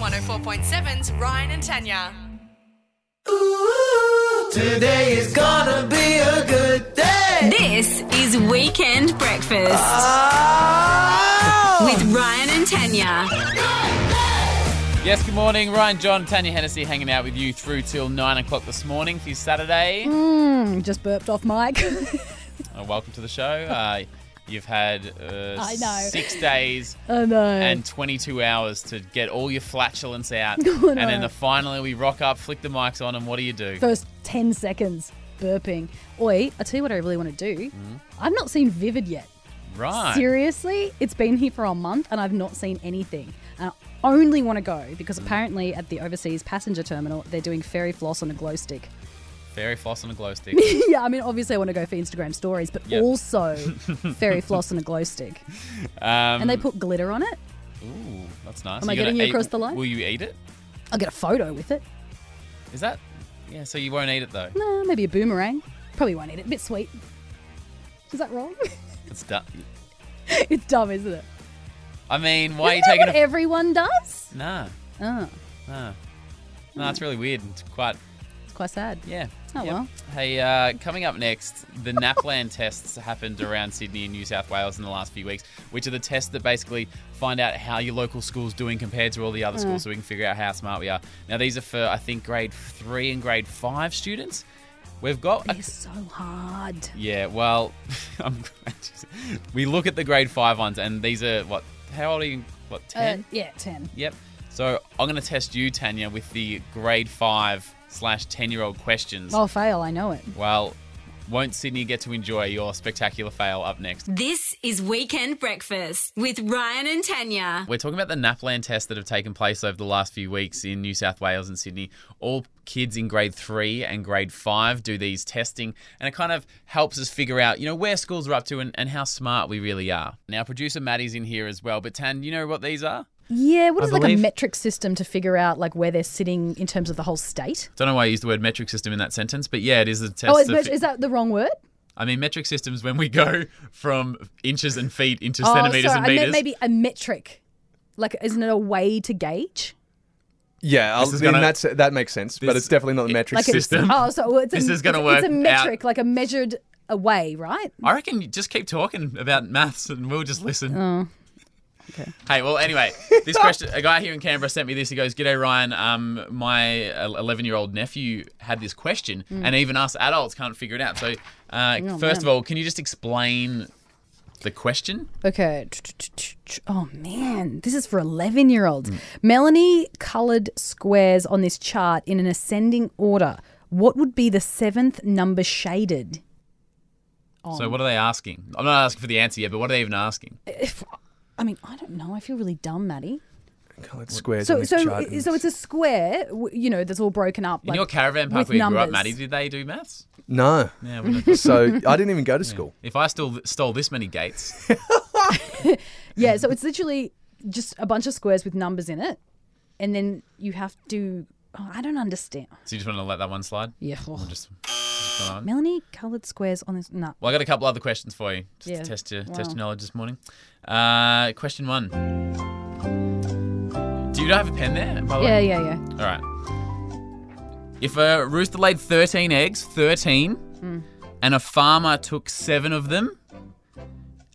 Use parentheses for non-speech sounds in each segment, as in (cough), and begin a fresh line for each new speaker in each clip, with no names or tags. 104.7's Ryan and Tanya.
Today is gonna be a good day.
This is Weekend Breakfast
Oh!
with Ryan and Tanya.
Yes, good morning. Ryan, John, Tanya Hennessy hanging out with you through till 9 o'clock this morning for your Saturday.
Hmm, Just burped off mic. (laughs)
Uh, welcome to the show. Uh, you've had uh,
I know.
six days
(laughs) oh no.
and 22 hours to get all your flatulence
(laughs)
out. And then the, finally we rock up, flick the mics on, and what do you do?
First 10 seconds burping. Oi, I tell you what I really want to do. I've not seen Vivid yet.
right.
Seriously, it's been here for a month and I've not seen anything. And I only want to go because apparently at the overseas passenger terminal, they're doing fairy floss on a glow stick. (laughs)
Fairy floss and a glow stick.
yeah, I mean, obviously I want to go for Instagram stories, but
Yep.
also fairy floss on a glow stick.
Um,
And they put glitter on it.
ooh, that's nice.
Am I
gonna
getting you
eat-
across the line?
Will you eat it?
I'll get a photo with it.
Is that? Yeah, so you won't eat it though.
Nah, maybe a boomerang. Probably won't eat it. A bit sweet. Is that wrong? (laughs)
It's done.
it's dumb, isn't it?
I mean, why
Isn't
are
that
you
what
taking
everyone does?
a. Nah,
Oh,
nah. Nah, it's really weird. It's quite.
it's quite sad.
Yeah.
Oh, well.
Hey, uh, coming up next, the (laughs) NAPLAN tests happened around Sydney and New South Wales in the last few weeks, which are the tests that basically find out how your local school's doing compared to all the other
Hmm.
schools so we can figure out how smart we are. Now, these are for, I think, grade three and grade five students. We've got. A-
They're so hard.
yeah, well, (laughs) I'm glad you- we look at the grade five ones, and these are what? How old are you? What,
Uh,
10?
yeah, 10.
Yep. So I'm going to test you, Tanya, with the grade five slash 10 year old questions.
I'll fail, I know it.
Well, won't Sydney get to enjoy your spectacular fail up next?
This is Weekend Breakfast with Ryan and Tanya.
We're talking about the NAPLAN tests that have taken place over the last few weeks in New South Wales and Sydney. All kids in grade three and grade five do these testing, and it kind of helps us figure out, you know, where schools are up to and, and how smart we really are. Now, producer Maddie's in here as well, but Tan, you know what these are?
Yeah, what
I
is like
believe-
a metric system to figure out like where they're sitting in terms of the whole state?
Don't know why I used the word metric system in that sentence, but yeah, it is a test.
oh, is,
to
met-
fi-
is that the wrong word?
I mean, metric systems when we go from inches and feet into
Oh,
centimeters
sorry,
and
I
meters.
meant maybe a metric. Like, isn't it a way to gauge?
Yeah, I'll,
This is
then
gonna-
that's, that makes sense,
this-
but it's definitely not the metric
Like
system.
System.
A, oh, so well, it's
This
a,
is gonna
it's a- It's a
work out.
metric, like a measured away, right?
I reckon you just keep talking about maths and we'll just listen.
Oh,
Hey, well, anyway, this question a guy here in Canberra sent me this. He goes, G'day, Ryan. Um, my 11 year old nephew had this question,
Hmm.
and even us adults can't figure it out. So, uh,
Oh,
first of all, can you just explain the question?
Okay. Oh man, this is for 11 year olds. Melanie colored squares on this chart in an ascending order. What would be the seventh number shaded? Oh.
So, what are they asking? I'm not asking for the answer yet, but what are they even asking?
If, I mean, I don't know. I feel really dumb, Maddie.
Coloured squares on
So,
this
so,
chart and-
so it's a square, w- you know, that's all broken up.
in your caravan park
with
where you grew up,
numbers.
Maddie, did they do maths?
no.
Yeah, we don't-
So I didn't even go to school.
(laughs) if I still stole this many gates,
(laughs) Yeah, so it's literally just a bunch of squares with numbers in it, and then you have to. Oh, I don't understand.
so you just want to let that one slide?
Yeah. oh.
Just, just go on.
Melanie colored squares on this. No.
Well, I got a couple other questions for you. Just
Yeah.
to test your
Wow.
test your knowledge this morning. Uh, question one. Do you not have a pen there? By the
Yeah,
way?
yeah, yeah.
All right. If a rooster laid thirteen eggs, thirteen,
Hmm.
and a farmer took seven of them,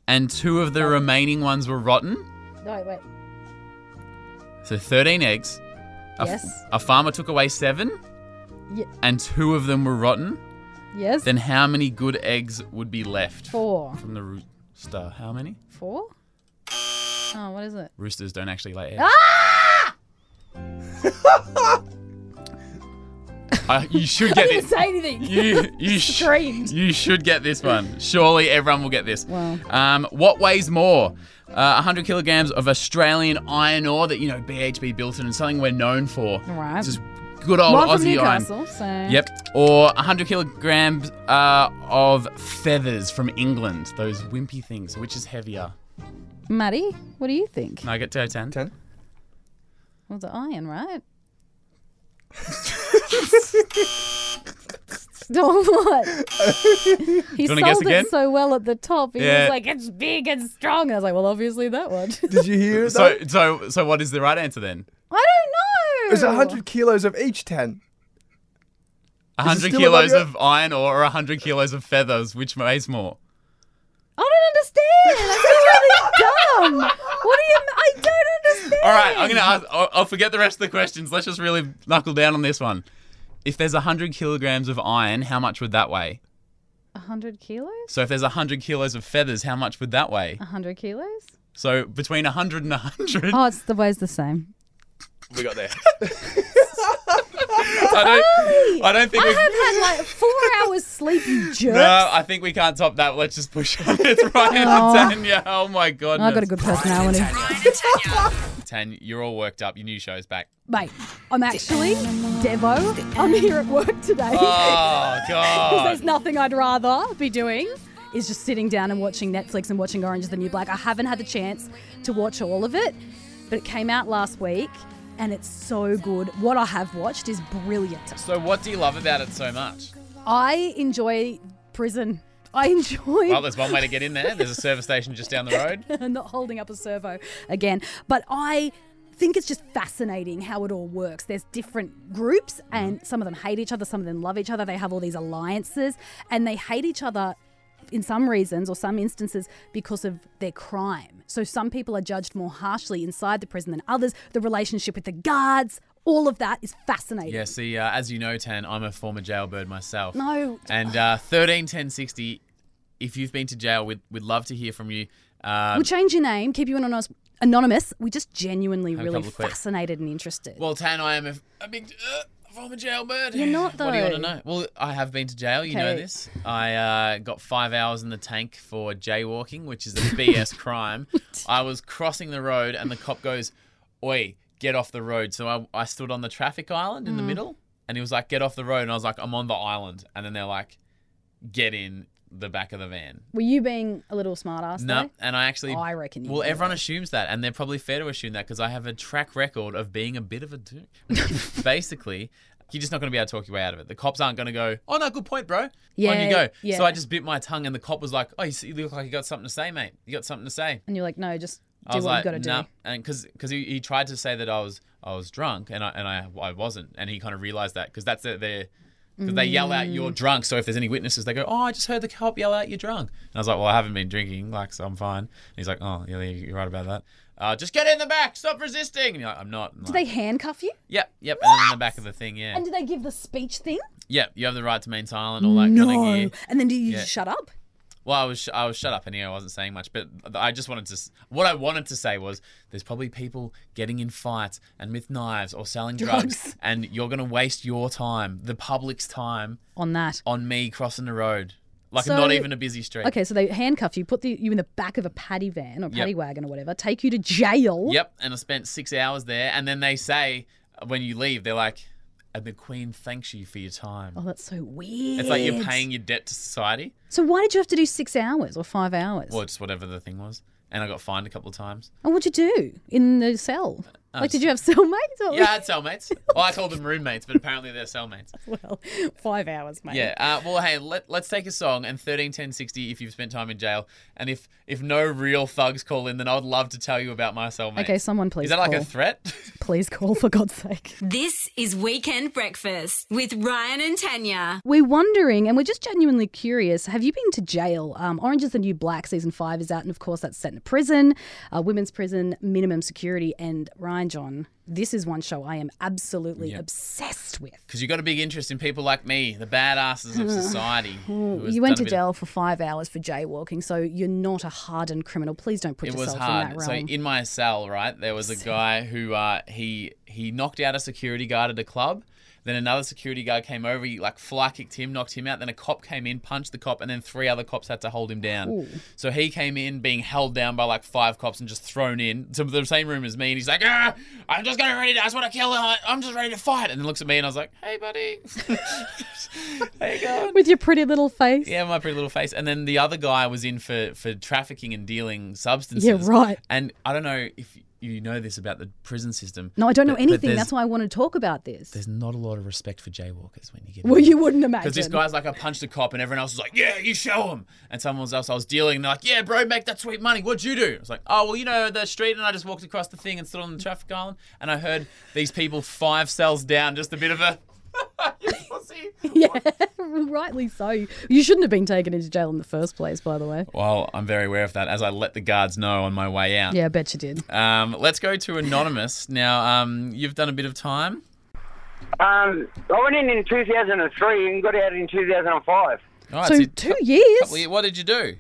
and two of the remaining ones were rotten,
No, wait.
so thirteen eggs. A f-
Yes.
a farmer took away seven,
Ye-
and two of them were rotten.
Yes.
Then how many good eggs would be left
Four.
from the rooster? How many?
Four? Oh, what is it?
Roosters don't actually lay eggs.
Ah!
(laughs) Uh, you should
(laughs)
get this.
Say anything.
You,
(laughs)
you, sh-
Screamed.
you should get this one. Surely everyone will get this.
Wow.
Um, what weighs more? Uh, 100 kilograms of Australian iron ore that, you know, BHP built in and something we're known for.
Right.
Just good old
One
Aussie
from Newcastle,
iron.
so.
Yep. Or 100 kilograms uh, of feathers from England. Those wimpy things. Which is heavier?
Maddie, what do you think?
Can I get to 10?
Ten?
Well, the iron,
(laughs)
right? Don't
(laughs)
what? he
wanna
sold
guess
it
again?
so well at the top. He
Yeah.
was like, "It's big and strong." And I was like, "Well, obviously that one." (laughs)
Did you hear that?
So, so, so, what is the right answer then?
I
It was 100 kilos of each tan.
100
still
kilos
above
of iron ore or 100 kilos of feathers. Which weighs more?
I don't understand. That's really (laughs) dumb. What do you? m- I don't understand.
All right, I'm going to ask. I'll, I'll forget the rest of the questions. Let's just really knuckle down on this one. If there's 100 kilograms of iron, how much would that weigh?
hundred kilos.
So if there's 100 kilos of feathers, how much would that weigh?
hundred kilos.
So between 100 and
(laughs)
100.
Oh, it's the weighs the same.
We got there.
I, don't, I don't think
I
we
have had like
(laughs)
four hours sleep, you jerk.
No, I think we can't top that. Let's just push on. (laughs) It's Ryan
Aw.
and Tanya. Oh my god.
I got a good personality,
Ryan and Tanya.
Tanya, you're all worked up. Your new show's
(laughs)
back.
mate. I'm actually Devo. I'm here at work today. (laughs)
Oh god.
There's nothing I'd rather be doing is just sitting down and watching Netflix and watching Orange is the New Black. I haven't had the chance to watch all of it, but it came out last week and it's so good. What I have watched is brilliant.
So what do you love about it so much?
I enjoy prison. I enjoy
Well, there's one way to get in there. There's a service station just down the road.
and (laughs) not holding up a servo again. But I think it's just fascinating how it all works. There's different groups,
Mm-hmm.
and some of them hate each other, some of them love each other. They have all these alliances, and they hate each other in some reasons or some instances because of their crime. So some people are judged more harshly inside the prison than others. The relationship with the guards, all of that is fascinating.
Yeah, see, uh, as you know, Tan, I'm a former jailbird myself.
No.
And uh, 13 10 60, if you've been to jail, we'd, we'd love to hear from you. Um,
We'll change your name, keep you anonymous. Anonymous. We're just genuinely
a
really
couple of quick-
fascinated and interested.
well, Tan, I am a, a big uh, former jailbird.
You're not,
What do you want to
though.
know? Well, I have been to jail. You know
Okay.
this. I uh, got five hours in the tank for jaywalking, which is a (laughs)
(laughs)
BS crime. I was crossing the road, and the cop goes, "Oi, get off the road!" So I, I stood on the traffic island
Mm.
in the middle, and he was like, "Get off the road," and I was like, "I'm on the island," and then they're like, "Get in." The back of the van.
Were you being a little smart ass?
No,
though?
and I actually.
Oh, I reckon you
Well,
did.
everyone assumes that, and they're probably fair to assume that because I have a track record of being a bit of
(laughs)
a dick. Basically, you're just not going to be able to talk your way out of it. The cops aren't going to go, "Oh no, good point, bro." On
Yeah,
you go.
yeah.
So I just bit my tongue, and the cop was like, "Oh, you, s- you look like you got something to say, mate. You got something to say."
And you're like, no, just
I
do
was
what
like,
you got to
"Nah,"
do.
and because he, he tried to say that I was I was drunk, and I and I, I wasn't, and he kind of realized that because that's their. their because they yell out you're
Mm.
drunk, so if there's any witnesses, they go, "Oh, I just heard the cop yell out you're drunk." And I was like, "Well, I haven't been drinking, like, so I'm fine." And he's like, "Oh, yeah, you're right about that. Uh, just get in the back, stop resisting." And you're like, "I'm not." And
Did
like,
they handcuff you?
yep, yep. And then in the back of the thing, yeah,
And did they give the speech thing?
yep. You have the right to remain silent, all that kind of gear.
And then do you just shut up?
Well, I was sh- I was shut up anyway. I wasn't saying much, but I just wanted to. s- What I wanted to say was, there's probably people getting in fights and with knives or selling drugs,
Drugs.
and you're gonna waste your time, the public's time,
On that.
on me crossing the road, like
So-
not even a busy street.
Okay, so they handcuff you, put the, you in the back of a paddy van or paddy
Yep.
wagon or whatever, take you to jail.
Yep. And I spent six hours there, and then they say uh, when you leave, they're like, and the Queen thanks you for your time.
Oh, that's so weird.
It's like you're paying your debt to society,
So why did you have to do six hours or five hours?
or just whatever the thing was. And I got fined a couple of times.
And what'd you do in the cell? like, did you have cellmates? (laughs) Or
Uh, Yeah, I had cellmates. well, I called them roommates, but apparently they're cellmates.
well, five hours, mate.
Yeah. Uh, well, hey, let, let's take a song and thirteen ten sixty. If you've spent time in jail, and if if no real thugs call in, then I would love to tell you about my cellmate.
Okay, someone please
Is that like
call.
a threat? (laughs)
Please call for God's sake.
This is Weekend Breakfast with Ryan and Tanya.
We're wondering, and we're just genuinely curious. Have you been to jail? Um, Orange is the New Black season five is out, and of course that's set in a prison, uh, women's prison, minimum security. And Ryan John, this is one show I am absolutely obsessed with.
Because you got a big interest in people like me, the badasses
(laughs)
of society. who has
You went
done
to
a bit of-
jail for five hours for jaywalking, so you're not a hardened criminal. Please don't put
It was
yourself in
hard.
that
So
realm.
in my cell, right, there was a guy who uh, he he knocked out a security guard at a club. Then another security guard came over, he like fly kicked him, knocked him out. Then a cop came in, punched the cop, and then three other cops had to hold him down. So he came in being held down by like five cops and just thrown in to the same room as me. And he's like, ah, I'm just going ready to, I just want to kill him. I- I'm just ready to fight. And then looks at me and I was like, hey,
(laughs)
buddy. (laughs) How you going?
with your pretty little face.
Yeah, my pretty little face. And then the other guy was in for for trafficking and dealing substances.
Yeah, right.
And I don't know if you know this about the prison system.
No, I don't know
but- but
anything.
there's-
That's why I want to talk about this.
there's not a lot of respect for jaywalkers when you
(laughs)
get
Well, you wouldn't imagine.
Because this guy's like, I punched a cop, and everyone else was like, Yeah, you show him. And someone else I was dealing, and they're like, Yeah, bro, make that sweet money. What'd you do? I was like, Oh, well, you know, the street, and I just walked across the thing and stood on the traffic island, and I heard these people five cells down, just a bit of a. (laughs) you pussy.
(laughs) (laughs) Rightly so. You shouldn't have been taken into jail in the first place, by the way.
Well, I'm very aware of that, as I let the guards know on my way out.
Yeah, I bet you did.
Um, let's go to Anonymous. Now, um, you've done a bit of time.
Um, I went in in 2003 and got out in 2005,
All right,
So
so-
two years.
Oh, what did you do?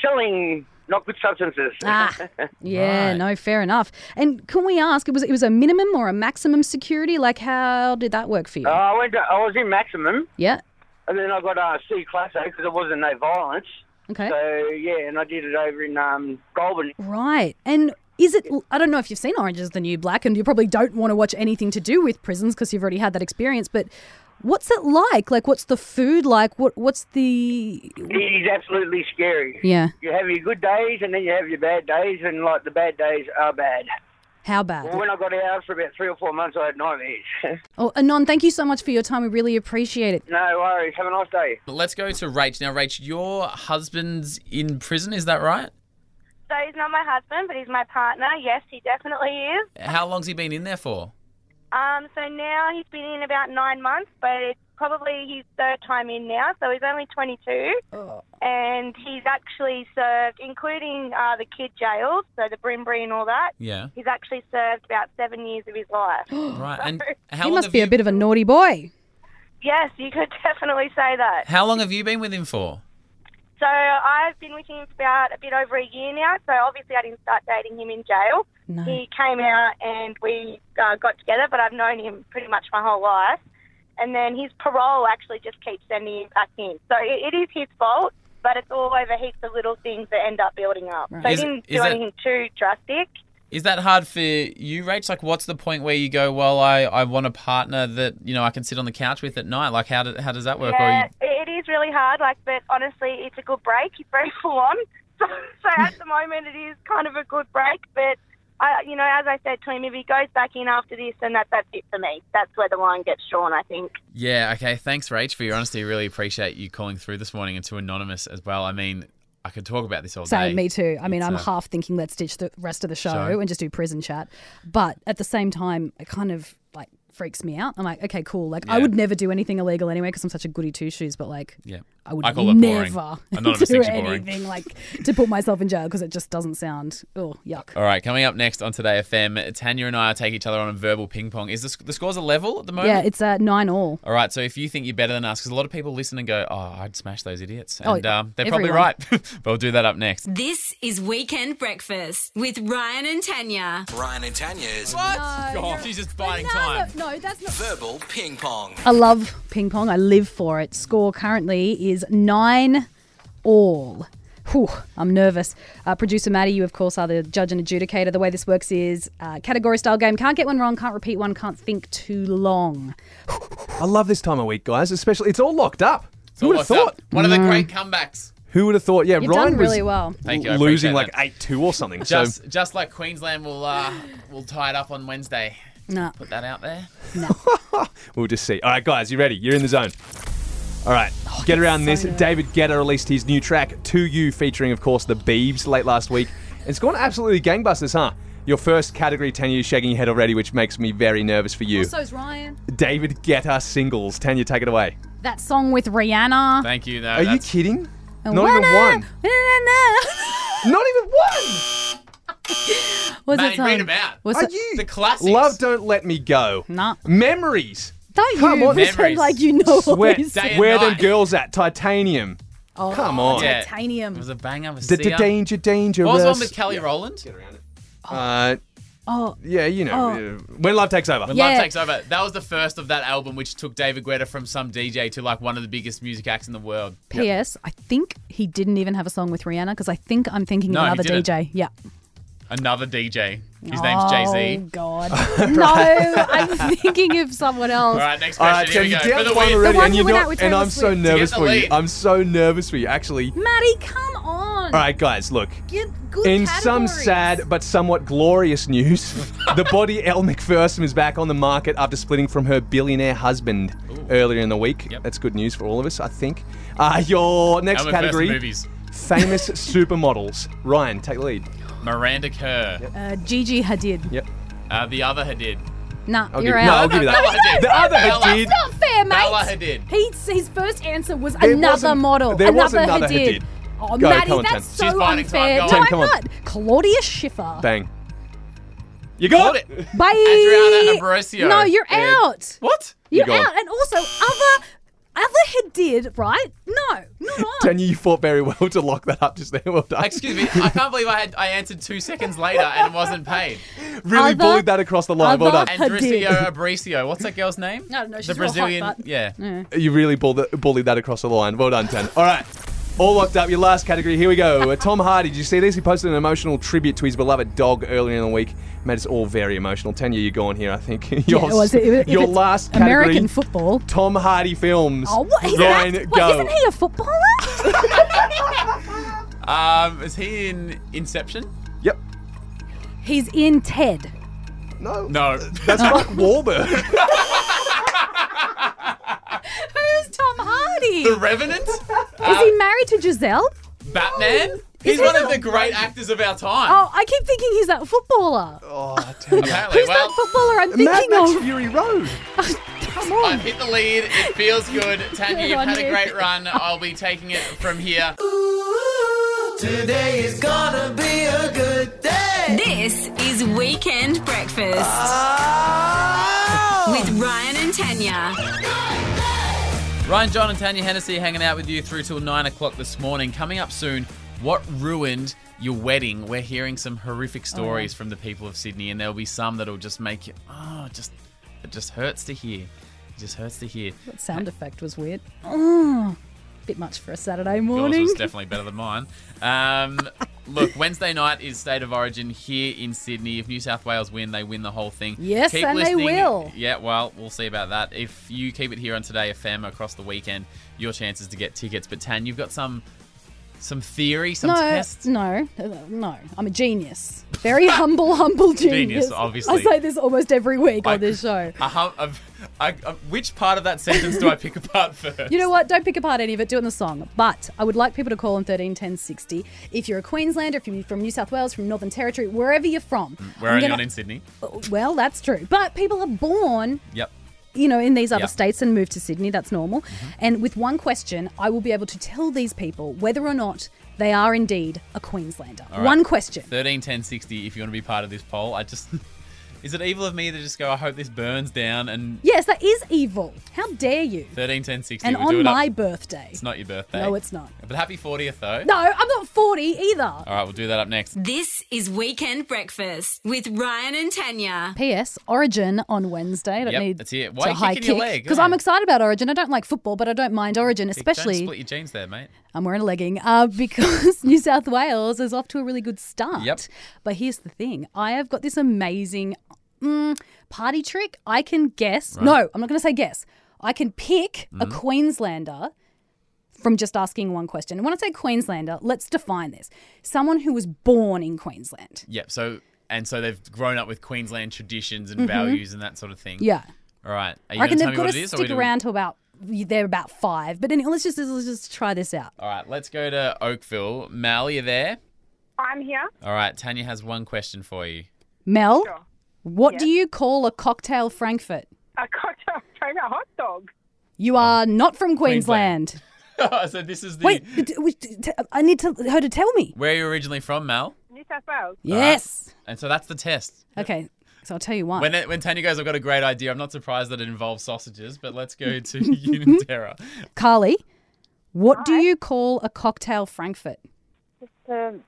selling not good substances.
(laughs)
Ah, yeah,
Right.
no, fair enough. And can we ask? It was it was a minimum or a maximum security? Like, how did that work for you?
Uh, I went. To, I was in maximum,
yeah.
and then I got uh, C classo because there wasn't no violence.
Okay.
So yeah, and I did it over in um, Goulburn.
Right. And is it? I don't know if you've seen Orange Is the New Black, and you probably don't want to watch anything to do with prisons because you've already had that experience. But what's it like? Like, what's the food like? What What's the?
It is absolutely scary.
Yeah.
You have your good days, and then you have your bad days, and like the bad days are bad.
How bad?
When I got out for about three or four months, I had nightmares. (laughs)
Oh, Anon, thank you so much for your time. We really appreciate it.
no worries. Have a nice day.
But let's go to Rach. Now, Rach, your husband's in prison, is that right?
So he's not my husband, but he's my partner. Yes, he definitely is.
How long's he been in there for?
Um, so now he's been in about nine months, but it's probably his third time in now. So he's only 22, and he's actually served, including uh, the kid jails, so the Brimbri and all that.
(gasps)
Yeah.
He's actually served about seven years of his life.
Right. And how
He
long
must
have
be
you,
a bit of a naughty boy.
yes, you could (laughs) definitely say that.
How long have you been with him for?
So I've been with him for about a bit over a year now. So obviously I didn't start dating him in jail.
No.
He came out and we uh, got together, but I've known him pretty much my whole life. And then his parole actually just keeps sending him back in. So it, it is his fault, but it's all over heaps of little things that end up building up. So he
Is it-
didn't
is
do
it-
anything too drastic.
Is that hard for you, Rach? Like, what's the point where you go, well, I, I want a partner that, you know, I can sit on the couch with at night? Like, how, do, how does that work?
Yeah,
Or
it it is really hard. Like, but honestly, it's a good break. It's very (laughs) full on. So, so at the moment, it is kind of a good break. But I, you know, as I said to him, if he goes back in after this, then that that's it for me. That's where the line gets drawn. I think.
you... yeah, okay. Thanks, Rach, for your honesty. Really appreciate you calling through this morning and to Anonymous as well. I mean, I could talk about this all day.
Same, me too. I mean,
It's,
I'm
uh,
half thinking let's ditch the rest of the show
Show.
and just do prison chat. But at the same time, it kind of like freaks me out. I'm like, okay, cool. Like, I
Yeah.
would never do anything illegal anyway because I'm such a goody two shoes. But like,
Yeah.
I would
I call that boring.
never
Anonymous
(laughs) do
thinks you're boring.
anything like to put myself in jail because it just doesn't sound oh yuck.
All right, coming up next on Today FM, Tanya and I take each other on a verbal ping pong. Is this, the scores a level at the moment?
Yeah, it's uh, nine all.
All right, so if you think you're better than us, because a lot of people listen and go, oh, I'd smash those idiots.
Oh,
And um, they're probably
everyone.
right. (laughs) but we'll do that up next.
This is Weekend Breakfast with Ryan and Tanya.
Ryan and Tanya's
God, she's just biding
no,
time.
No, no, that's not.
verbal ping pong.
I love ping pong. I live for it. Score currently is nine all. Whew, I'm nervous. Uh, Producer Maddie, you of course are the judge and adjudicator. The way this works is uh, category style game. Can't get one wrong, can't repeat one, can't think too long.
I love this time of week, guys. Especially, it's all locked up. Who
Well,
would have
what's up?
thought?
One of the great comebacks.
Who would have thought? Yeah,
You've
Ryan
done really
was
well.
Thank you, I
losing like
appreciate
eight two or something. so
Just, just like Queensland will uh, will tie it up on Wednesday.
No.
Put that out there.
(laughs) we'll just see. All right, guys, you ready? You're in the zone. All right,
Oh,
get around this. David Guetta released his new track "To You," featuring, of course, the Beebs late last week. It's gone absolutely gangbusters, huh? Your first category, Tanya, you're shaking your head already, which makes me very nervous for you.
So's Ryan.
David Guetta singles, Tanya, take it away.
That song with Rihanna.
Thank you. No,
Are you
that's-
kidding? Not even one. Not even one.
(laughs) What's
Maddie,
that song?
read 'em out.
What's
Are
that-
you
The classics.
Love don't let me go.
Nah.
Memories.
Don't
Come
you
on.
pretend
Memories.
like you know
Where,
all these.
Day and
where them
night.
girls at? Titanium.
Oh,
Come on.
Yeah. um,
Titanium.
It was a banger. With
D- d-
Sia.
Danger, danger.
What was the one
us.
with Kelly Rowland?
Uh,
Oh,
yeah, you know.
Oh.
uh, When love takes over.
When
Yeah.
Love Takes Over. That was the first of that album, which took David Guetta from some DJ to like one of the biggest music acts in the world.
P.S. I think he didn't even have a song with Rihanna because I think I'm thinking
No,
of
he
another
didn't.
DJ. Yeah.
Another DJ. His name's Jay Z.
Oh
(laughs)
God. no, I'm thinking of someone else.
All right, next
All
question.
right,
Here
so you're
we go. For
down
the
one
win.
already,
one
and
who
you're
went
not-
out with
and
Taylor
I'm so
Swift.
nervous
To get
for
the
you.
lead.
I'm so nervous for you. Actually,
Maddie, come on. on.
All right, guys, look.
Get good
In some
categories.
sad but somewhat glorious news, (laughs) the body Elle McPherson is back on the market after splitting from her billionaire husband earlier in the week.
Yep.
That's good news for all of us, I think. Uh, your next
Our
category
first movies.
(laughs) famous supermodels. Ryan, take the lead.
Miranda Kerr.
Uh, Gigi Hadid.
Yep.
Uh, the other Hadid.
Nah,
I'll
you're
give,
out.
No, I'll give you
(laughs) No, I
that.
did.
The other
Bella.
Hadid.
That's not fair, mate.
Bella Hadid.
His, his first answer was
There
another
wasn't-
model.
there was
another
another
Hadid.
Hadid.
Oh,
Go,
Maddie,
come on,
that's so
Ten. She's finding time,
unfair.
go on.
no,
Ten,
I'm
come on.
not. Claudia Schiffer.
Bang. You got it.
Bye.
Adriana Ambrosio.
No, you're
Ed.
out.
What?
You're
gone.
out. And also, other other Hadid, right? No,
(laughs)
not on.
Tanya, you fought very well to lock that up just there. Well done.
Excuse me, I can't believe I had I answered two seconds later and wasn't paid.
really
Other-
bullied that across the line. Well
other-
done.
(laughs)
And
I did.
Dricio Abricio, what's that girl's name?
I don't know,
the
she's real hot,
Brazilian.
but-
yeah.
You really bull- bullied that across the line. Well done, Tan. All right. All locked up. Your last category. Here we go. Uh, Tom Hardy. Did you see this? He posted an emotional tribute to his beloved dog earlier in the week. Made us all very emotional. Tanya, you're going here, I think. (laughs) Yours,
Yeah, was it- if
your
it's
last category.
American football.
Tom Hardy films.
Oh, what? He's
Ryan,
act-
go.
Wait, isn't he a footballer?
Um, is he in Inception?
Yep.
He's in Ted.
No.
No. (laughs)
That's Mark Wahlberg.
Who's Tom Hardy?
the
(laughs)
Revenant?
Is he married to Giselle?
Batman? He's
he
one of
not-
the great actors of our time.
Oh, I keep thinking he's that footballer.
(laughs) oh, Tanya.
Apparently,
Who's
well,
that footballer I'm
Mad
thinking
Max
of?
Fury Road.
Come on.
I've hit the lead. It feels
(laughs)
good. Tanya,
Good
you've
on
had a
you.
great run. I'll be taking it from here.
Today is gonna be a good day.
This is Weekend Breakfast
Oh.
with Ryan and Tanya.
Ryan, John, and Tanya Hennessy hanging out with you through till nine o'clock this morning. Coming up soon, what ruined your wedding? We're hearing some
Oh,
horrific stories from the people of Sydney, and there'll be some that'll just make you, oh, just it just hurts to hear. It just hurts to hear.
That sound effect was weird. Oh, bit much for a Saturday
Yours
morning.
was definitely better than mine. Um, look, Wednesday night is State of Origin here in Sydney. If New South Wales win, they win the whole thing.
Yes,
Keep
and they
listening.
will.
Yeah, well, we'll see about that. If you keep it here on Today FM across the weekend, your chances to get tickets. But Tan, you've got some some theory, some
no,
tests.
no, uh, no. I'm a genius. Very
(laughs)
humble, humble genius.
obviously.
I say this almost every week
I-
on this show.
A hum- a- a- a- which part of that sentence do I pick apart first?
You know what? Don't pick apart any of it. Do it in the song. But I would like people to call on 13 10 60. If you're a Queenslander, if you're from New South Wales, from Northern Territory, wherever you're from.
We're
I'm
only
gonna- Oh,
on in Sydney.
Well, that's true. But people are born
Yep.
you know, in these other
Yeah. Mm-hmm.
states and move to Sydney. That's normal. And with one question, I will be able to tell these people whether or not they are indeed a Queenslander.
right.
One question.
13 10 60 if you want to be part of this poll i just (laughs) is it evil of me to just go i hope this burns down and
Yes, that is evil. How dare you?
13 10 60
and
we'll do
on
it up.
my birthday.
it's not your birthday
No, it's not.
but happy 40th though
No, I'm not 40 either.
all right we'll do that up next
This is Weekend Breakfast with Ryan and Tanya.
P.S. Origin on Wednesday. I don't
Yep,
need
that's it. Why are
to
you
high
kicking your
kick
leg?
because
Yeah.
I'm excited about Origin. I don't like football, but I don't mind Origin,
Don't
especially
split your jeans there mate
I'm wearing a legging uh, (laughs) because New South Wales is off to a really good start.
Yep.
But here's the thing I have got this amazing mm, party trick. I can guess. No, I'm not going to say guess. I can pick a
Mm-hmm.
Queenslander from just asking one question. And when I say Queenslander, let's define this someone who was born in Queensland.
yep so and so they've grown up with queensland traditions and values and that sort of thing
Mm-hmm. Yeah.
all right are you
I reckon
going to tell
they've
me
got
what it
to
is or are we
stick
doing-
around to about, they're about five. But anyway, let's just, let's just try this out.
all right let's go to oakville mal you there
I'm here.
all right tanya has one question for you (laughs)
Mel,
Sure.
what do you call a cocktail Frankfurt?
I got a favorite hot dog.
You are not from Queensland.
Oh. Queensland. so this is the
Wait, d- d- wait, d- t- uh, I need to, her to tell me.
where you're originally from mal
New South Wales.
Yes.
and so that's the test
Okay, so I'll tell you one.
When, it, when Tanya goes, I've got a great idea. I'm not surprised that it involves sausages, but
(laughs)
let's go to (laughs) Uniterra.
Carly, what do you call a cocktail Frankfurt?
Just um,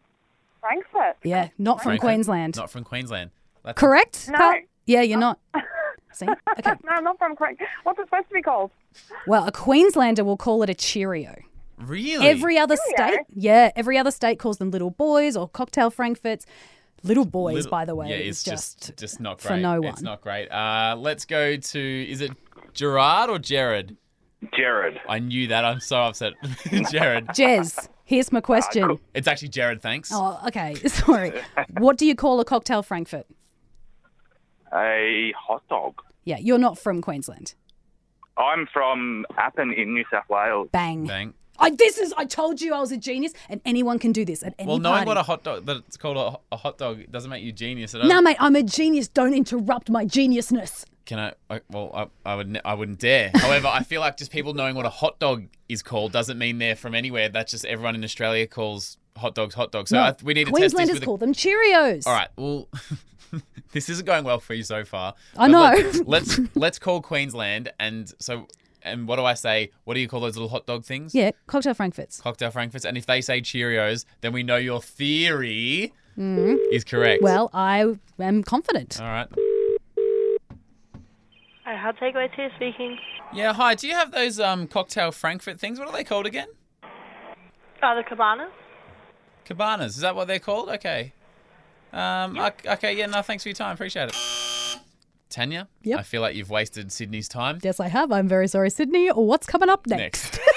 Frankfurt.
Yeah, not from
Frankfurt?
Queensland.
Not from Queensland. That's
Correct?
No. Uh,
Carl? Yeah, you're
(laughs)
not. See? Okay.
No, I'm not from Queensland. What's it supposed to be called?
Well, a Queenslander will call it a Cheerio.
Oh, Really?
Every other state, yeah, every other state calls them little boys or cocktail Frankfurts. Little boys,
Little-
by the way,
yeah,
is
it's
just,
just, just not
for
great.
no
It's
one.
not great. Uh, let's go to, is it Gerard or Jared?
Jared.
(laughs)
I knew that. I'm so upset. (laughs) Jared.
Jez. Here's
Oh,
my question.
It's actually Jared, thanks.
Oh, okay. (laughs) Sorry. what do you call a cocktail Frankfurt?
A hot dog.
Yeah, you're not from Queensland.
I'm from Appen in New South Wales.
Bang.
Bang.
I, this is. I told you I was a genius, and anyone can do this at any
Well, knowing
party.
what a hot dog, that it's called a, a hot dog, doesn't make you genius at all.
no, mate, I'm a genius. Don't interrupt my geniusness.
Can I, I? Well, I, I would. ne- I
(laughs)
wouldn't dare. However, I feel like just people knowing what a hot dog is called doesn't mean they're from anywhere. That's just everyone in Australia calls hot dogs hot dogs. So I, we need to test this
Queenslanders
with.
call them Cheerios.
a, all right. Well, (laughs) this isn't going well for you so far.
I
But
know. (laughs)
Let's, let's let's call Queensland and so and what do I say? What do you call those little hot dog things?
Yeah, cocktail Frankfurts.
Cocktail frankfurts. And if they say Cheerios, then we know your theory is correct.
Mm-hmm. Well, I am confident.
All right.
Uh, Hard Takeaways here speaking.
Yeah. Hi. Do you have those um cocktail frankfurt things? What are they called again?
Oh, the Cabanas?
Cabanas. Is that what they're called? Okay. Um, o- Okay. Yeah. No. Thanks for your time. Appreciate it. Tanya.
Yep.
I feel like you've wasted Sydney's time.
Yes, I have. I'm very sorry, Sydney. What's coming up next? (laughs)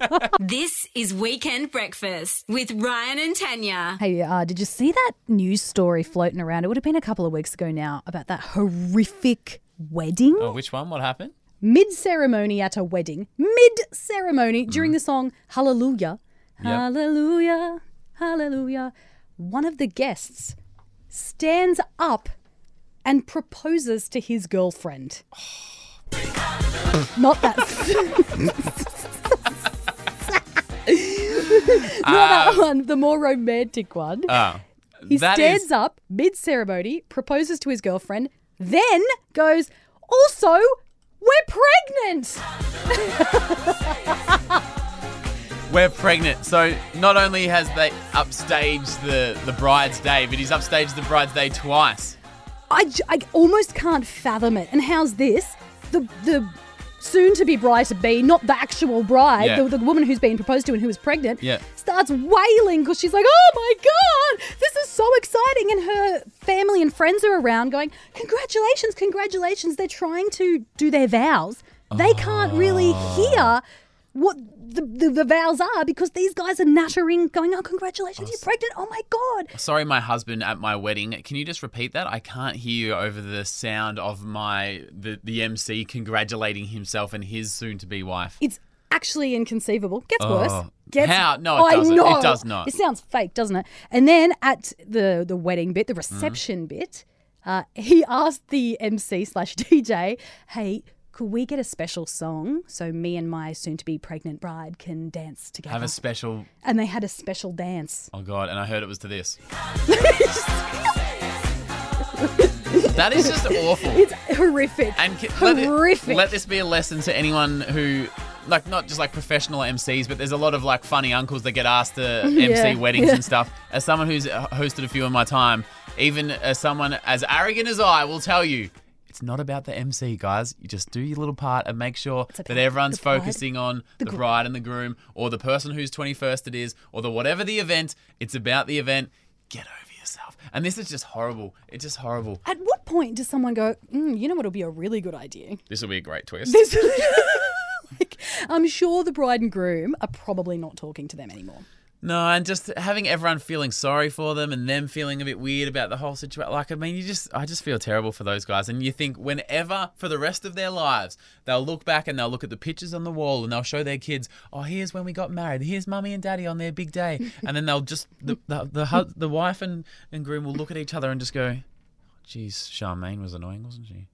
Next.
This is Weekend Breakfast with Ryan and Tanya.
Hey, uh, did you see that news story floating around? It would have been a couple of weeks ago now about that horrific wedding.
oh, which one? What happened?
Mid ceremony at a wedding, mid ceremony during the song Hallelujah, Hallelujah, Hallelujah. One of the guests stands up and proposes to his girlfriend. Not that. (laughs) Not that one, the more romantic one.
Oh.
He
that is-
stands up mid ceremony, proposes to his girlfriend, then goes, Also, we're pregnant.
We're pregnant. So not only has they upstaged the the bride's day, but he's upstaged the bride's day twice.
I, j- I almost can't fathom it. And how's this? The, the soon to be bride to be, not the actual bride,
Yeah.
the, the woman who's been proposed to and who was pregnant,
Yeah.
starts wailing because she's like, Oh my God, this is so exciting. And her family and friends are around going, Congratulations, congratulations. They're trying to do their vows. They can't really hear
Ah.
what the, the, the vows are because these guys are nattering, going, Oh, congratulations, you're pregnant. Oh my God.
Sorry, my husband at my wedding. Can you just repeat that? I can't hear you over the sound of my the the MC congratulating himself and his soon to be wife.
It's actually inconceivable. Gets
Oh.
worse. Gets,
How? No,
I
it doesn't. It
Know.
does not.
It sounds fake, doesn't it? And then at the the wedding bit, the reception bit, uh, he asked the MC slash (laughs) DJ, "Hey." Could we get a special song so me and my soon to be pregnant bride can dance together?
Have a special.
and they had a special dance.
Oh god! And I heard it was to this. That is just awful.
It's horrific.
And ki- let, thi-
horrific.
let this be a lesson to anyone who, like, not just like professional MCs, but there's a lot of like funny uncles that get asked to
(laughs) Yeah,
MC weddings
yeah.
and stuff. As someone who's uh, hosted a few in my time, even as someone as arrogant as I will tell you, it's not about the MC, guys. You just do your little part and make sure that
about
everyone's
the bride,
focusing on the,
groom.
bride and the groom, or the person whose 21st it is, or the whatever the event. It's about the event. Get over yourself. And this is just horrible. It's just horrible.
At what point does someone go, mm, you know what will be a really good idea?
This will be a great twist.
This (laughs) like, I'm sure the bride and groom are probably not talking to them anymore.
No, and just having everyone feeling sorry for them and them feeling a bit weird about the whole situation. Like, I mean, you just, I just feel terrible for those guys. And you think whenever, for the rest of their lives, they'll look back and they'll look at the pictures on the wall and they'll show their kids, oh, here's when we got married. Here's mummy and daddy on their big day. And then they'll just, the, the, the, hu- the wife and, and groom will look at each other and just go, geez, Charmaine was annoying, wasn't she?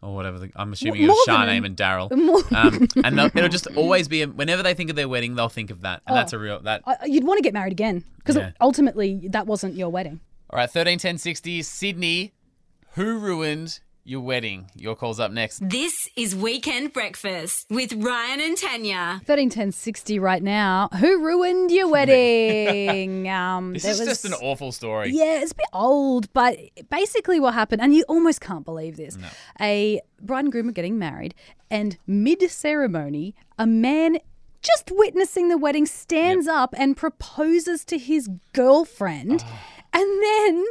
Or whatever. The, I'm assuming it was
more than
Charmaine
an-
and Daryl. Um, and they'll- it'll just always be, whenever they think of their wedding, they'll think of that. And that's a real, that
I- you'd want to get married again because
Yeah.
ultimately that wasn't your wedding.
All right, 13, 10, 60, Sydney. Who ruined your wedding? Your call's up next.
Mm,
This is Weekend Breakfast with Ryan and Tanya.
13, 10, 60 right now. Who ruined your wedding? (laughs) um,
This
there
is
was-
just an awful story.
Yeah, it's a bit old, but basically what happened, and you almost can't believe this. A bride and groom are getting married, and mid ceremony, a man just witnessing the wedding stands up and proposes to his girlfriend. And then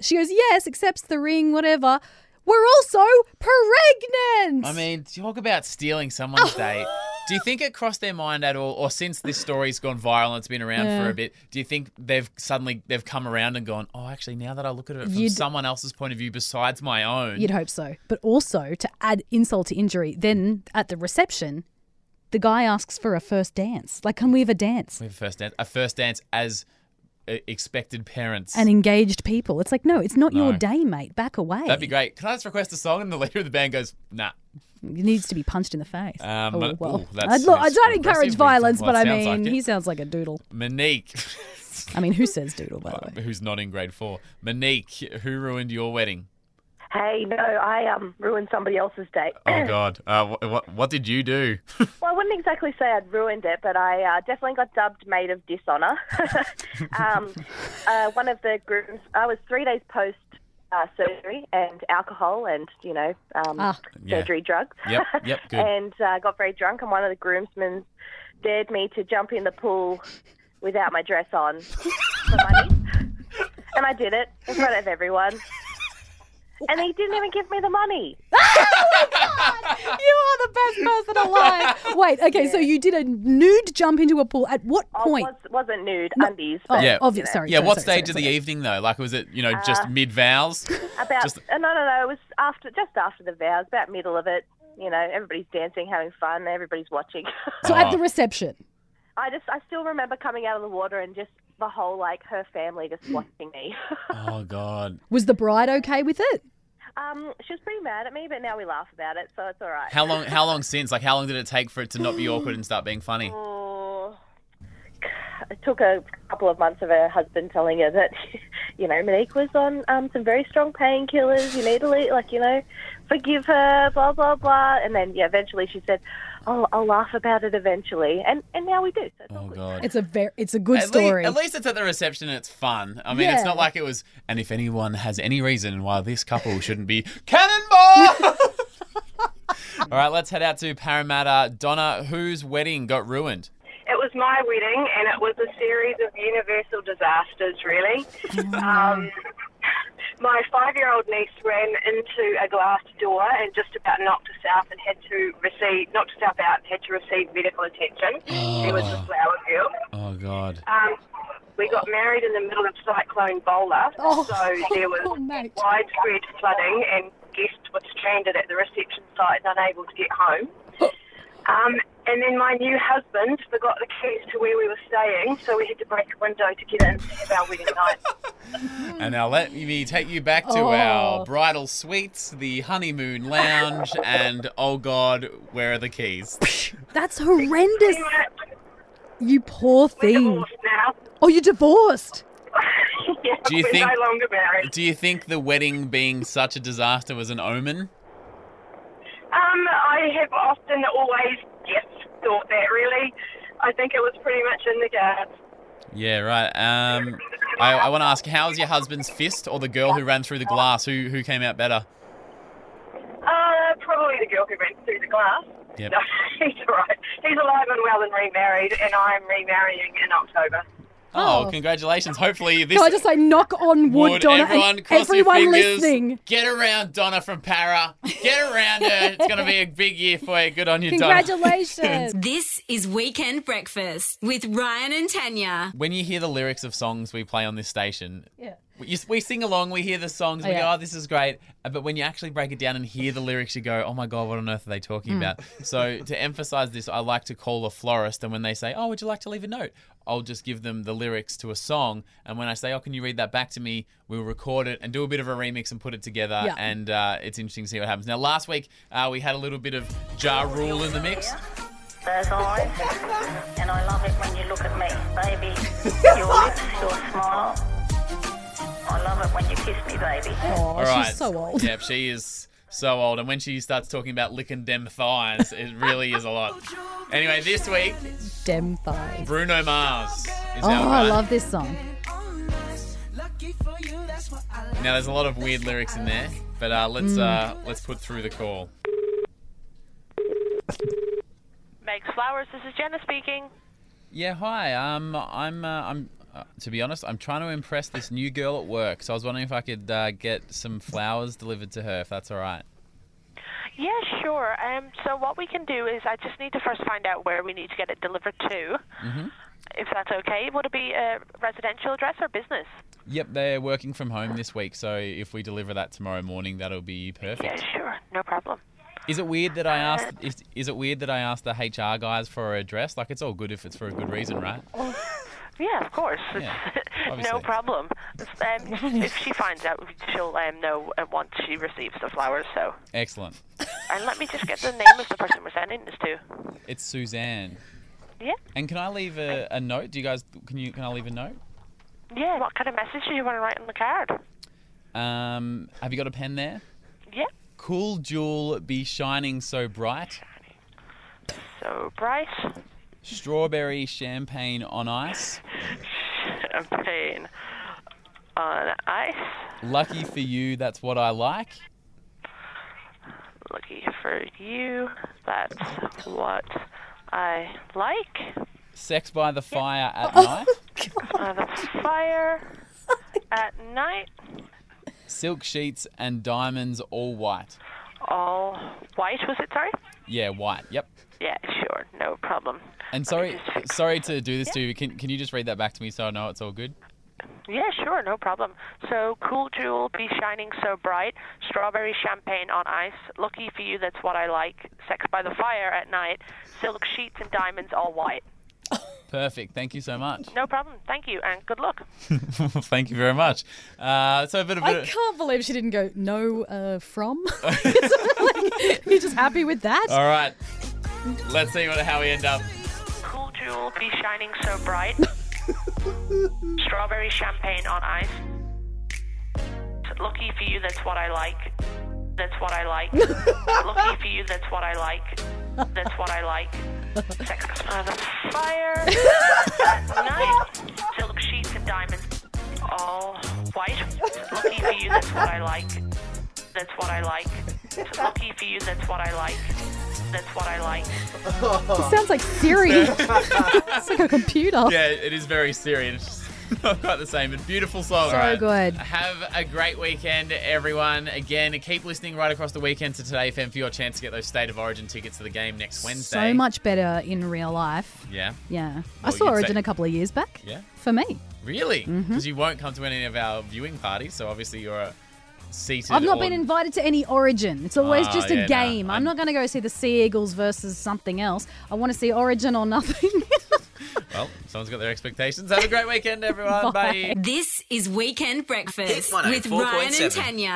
she goes, Yes, accepts the ring, whatever. We're also pregnant. (laughs)
I mean, talk about stealing someone's date. Do you think it crossed their mind at all, or since this story's gone viral, it's been around for
Yeah.
a bit? Do you think they've suddenly they've come around and gone, oh, actually, now that I look at it from
You'd-
someone else's point of view besides my own,
You'd hope so. But also, to add insult to injury, then at the reception, the guy asks for a first dance. Like, can we have a dance?
we have a first dance, a first dance as uh, expected parents.
And engaged people. It's like, no, it's not your
No.
day, mate. Back away.
That'd be great. Can I just request a song? And the leader of the band goes, nah.
It needs to be punched in the face.
Um,
oh,
but-
well.
ooh, that's-
I'd look, I
that's
don't
aggressive.
encourage violence,
Well,
but I
it sounds
mean,
like it.
he sounds like a doodle.
Monique, (laughs)
I mean, who says doodle, by the way?
Uh, who's not in grade four. Monique, who ruined your wedding?
Hey, no, I um ruined somebody else's day. (clears throat)
Oh, God. Uh, wh- what, what did you do?
Well, I wouldn't exactly say I'd ruined it, but I uh, definitely got dubbed maid of dishonour. (laughs) um, uh, one of the grooms, I was three days post uh, surgery and alcohol and, you know, um,
Ah.
Yeah.
(laughs) surgery drugs.
Yep, yep, good.
and uh, got very drunk, and one of the groomsmen dared me to jump in the pool without my dress on for
(laughs)
money. and I did it in front of everyone. And he didn't even give me the money.
You are the best person alive. Wait, okay, so you did a nude jump into a pool. At what
I
point?
was, wasn't nude, undies.
Oh,
but,
Yeah.
obvi-
you know.
sorry.
Yeah,
sorry,
what
sorry,
stage
sorry,
of the
sorry.
evening, though? Like, was it, you know,
Uh, (laughs)
just mid vows?
About
Just-
uh, no, no, no. It was after, just after the vows, about middle of it. You know, everybody's dancing, having fun, everybody's watching.
So
Oh.
at the reception.
(laughs) I just, I still remember coming out of the water and just the whole like her family just watching me. (laughs)
Oh, God.
Was the bride okay with it?
um, she was pretty mad at me, but now we laugh about it, so it's all right.
How long? How long since? Like, how long did it take for it to not be awkward and start being funny?
Oh, it took a couple of months of her husband telling her that, (laughs) you know, Monique was on um, some very strong painkillers. You need to, leave, like, you know, forgive her, blah, blah, blah. And then, yeah, eventually she said, oh, I'll laugh about it eventually. And and now we do. So it's all
Oh
good.
God.
It's a very, it's a good
At, lea-
story.
at least it's at the reception and it's fun. I mean, it's
Yeah.
not like it was. And if anyone has any reason why this couple shouldn't be
(laughs)
cannonball. (laughs) All right, let's head out to Parramatta. Donna, whose wedding got ruined?
It was my wedding, and it was a series of universal disasters, really. Um, my five year old niece ran into a glass door and just about knocked us out and had to receive, knocked us out, and had to receive medical attention. She was a flower girl.
Oh God.
Um, we got married in the middle of Cyclone Bola,
Oh.
so there was
(laughs) Oh, mate.
widespread flooding, and guest was stranded at the reception site and unable to get home. Um, and then my new husband forgot the keys to where we were staying, so we had to break a window to get in to have our wedding night.
And now let me take you back to
Oh.
our bridal suites, the honeymoon lounge, and oh God, where are the keys?
That's horrendous.
We're
You poor thing.
divorced now.
Oh, you're divorced.
(laughs) yeah,
Do you
we're
think-
no longer married.
Do you think the wedding being such a disaster was an omen?
Um, I have often always, yes, thought that really. I think it was pretty much in the cards.
Yeah, right. Um, I, I want to ask, how was your husband's fist or the girl who ran through the glass? Who who came out better?
Uh, probably the girl who ran through the glass. (laughs)
Yep.
No, he's all right. He's alive and well and remarried, and I'm remarrying in October.
Oh,
Oh.
congratulations! Hopefully this
Can I just say knock on wood,
would
Donna,
everyone
and
cross
everyone
your fingers.
listening.
Get around Donna from Para. Get around her. It's gonna be a big year for you. Good on you, Donna. (laughs)
Congratulations.
This is Weekend Breakfast with Ryan and Tanya.
When you hear the lyrics of songs we play on this station,
Yeah.
we, you- we sing along, we hear the songs, we
Oh,
go,
yeah.
oh, this is great. Uh, But when you actually break it down and hear the lyrics, you go, oh my God, what on earth are they talking
Hmm.
about? So to emphasize this, I like to call a florist, and when they say, oh, would you like to leave a note? I'll just give them the lyrics to a song. And when I say, oh, can you read that back to me? We'll record it and do a bit of a remix and put it together.
Yeah.
And uh, it's interesting to see what happens. Now, last week, uh, we had a little bit of Ja Rule in the mix.
bird's eyes, and I love it when you look at me, baby. Your lips, your smile. I love it when you kiss me, baby.
Oh,
All right.
she's so old.
Yep, she is so old. And when she starts talking about licking them thighs, it really is a lot. Anyway, this week,
Dem thighs.
Bruno Mars is
Oh,
our
I
guy.
love this song.
Now, there's a lot of weird lyrics in there, but uh, let's
Mm.
uh, let's put through the call.
Makes flowers. This is Jenna speaking.
Yeah, hi. Um, I'm uh, I'm. Uh, to be honest, I'm trying to impress this new girl at work, so I was wondering if I could uh, get some flowers delivered to her, if that's all right.
Yeah, sure. Um, so what we can do is I just need to first find out where we need to get it delivered to,
Mm-hmm.
if that's okay. Would it be a residential address or business?
Yep, they're working from home this week, so if we deliver that tomorrow morning, that'll be perfect.
Yeah, sure. No problem.
Is it weird that I asked? Is, is it weird that I asked the HR guys for a address? Like, it's all good if it's for a good reason, right?
Yeah, of course. It's-
obviously.
(laughs) no problem. It's, (laughs) Um, if she finds out, she'll um, know uh, once she receives the flowers. So,
Excellent.
and let me just get the name of the person we're sending this to.
It's Suzanne.
Yeah,
And can I leave a, a note? Do you guys? Can you? Can I leave a note?
yeah. What kind of message do you want to write on the card?
Um, have you got a pen there?
Yeah.
Cool jewel be shining so bright.
So bright.
Strawberry champagne on ice.
Champagne on ice.
Lucky for you, that's what I like.
Lucky for you. That's what I like.
Sex by the fire at night.
Uh, the fire at night.
Silk sheets and diamonds all white.
All white, was it? Sorry?
Yeah, white. Yep.
Yeah, sure. No problem.
And sorry, sorry to do this to you. Can can you just read that back to me so I know it's all good?
Yeah, sure, no problem. So, cool jewel, be shining so bright. Strawberry champagne on ice. Lucky for you, that's what I like. Sex by the fire at night. Silk sheets and diamonds, all white.
Perfect. Thank you so much.
No problem. Thank you, and good luck.
Thank you very much. (laughs) Uh, so a bit of
I
a
can't believe she didn't go no uh,
(laughs)
from. (laughs) It's like, you're just happy with that.
All right. Let's see what how we end up.
Cool jewel, be shining so bright. Strawberry champagne on ice. Lucky for you, that's what I like. That's what I like. Lucky for you, that's what I like. That's what I like. Sex by the fire at night. Silk sheets and diamonds, all white. Lucky for you, that's what I like. That's what I like. Lucky for you, that's what I like. That's what I like.
It sounds like Siri. (laughs) it's like a computer.
Yeah, it is very serious. (laughs) It's not quite the same, but beautiful song.
So
All right.
good.
Have a great weekend, everyone. Again, keep listening right across the weekend to Today FM for your chance to get those State of Origin tickets to the game next Wednesday.
So much better in real life.
Yeah.
Yeah. I
Well,
saw
you'd
Origin
say-
a couple of years back.
Yeah.
For me.
Really? Because
Mhm.
you won't come to any of our viewing parties, so obviously you're a seated.
I've not
or-
been invited to any Origin. It's always
Ah,
just a
yeah, nah,
game. I'm not going to go see the Sea Eagles versus something else. I want to see Origin or nothing. (laughs)
Well, someone's got their expectations. Have a great weekend, everyone. Bye.
This is Weekend Breakfast
Hit 104.7.
with Ryan and Tanya.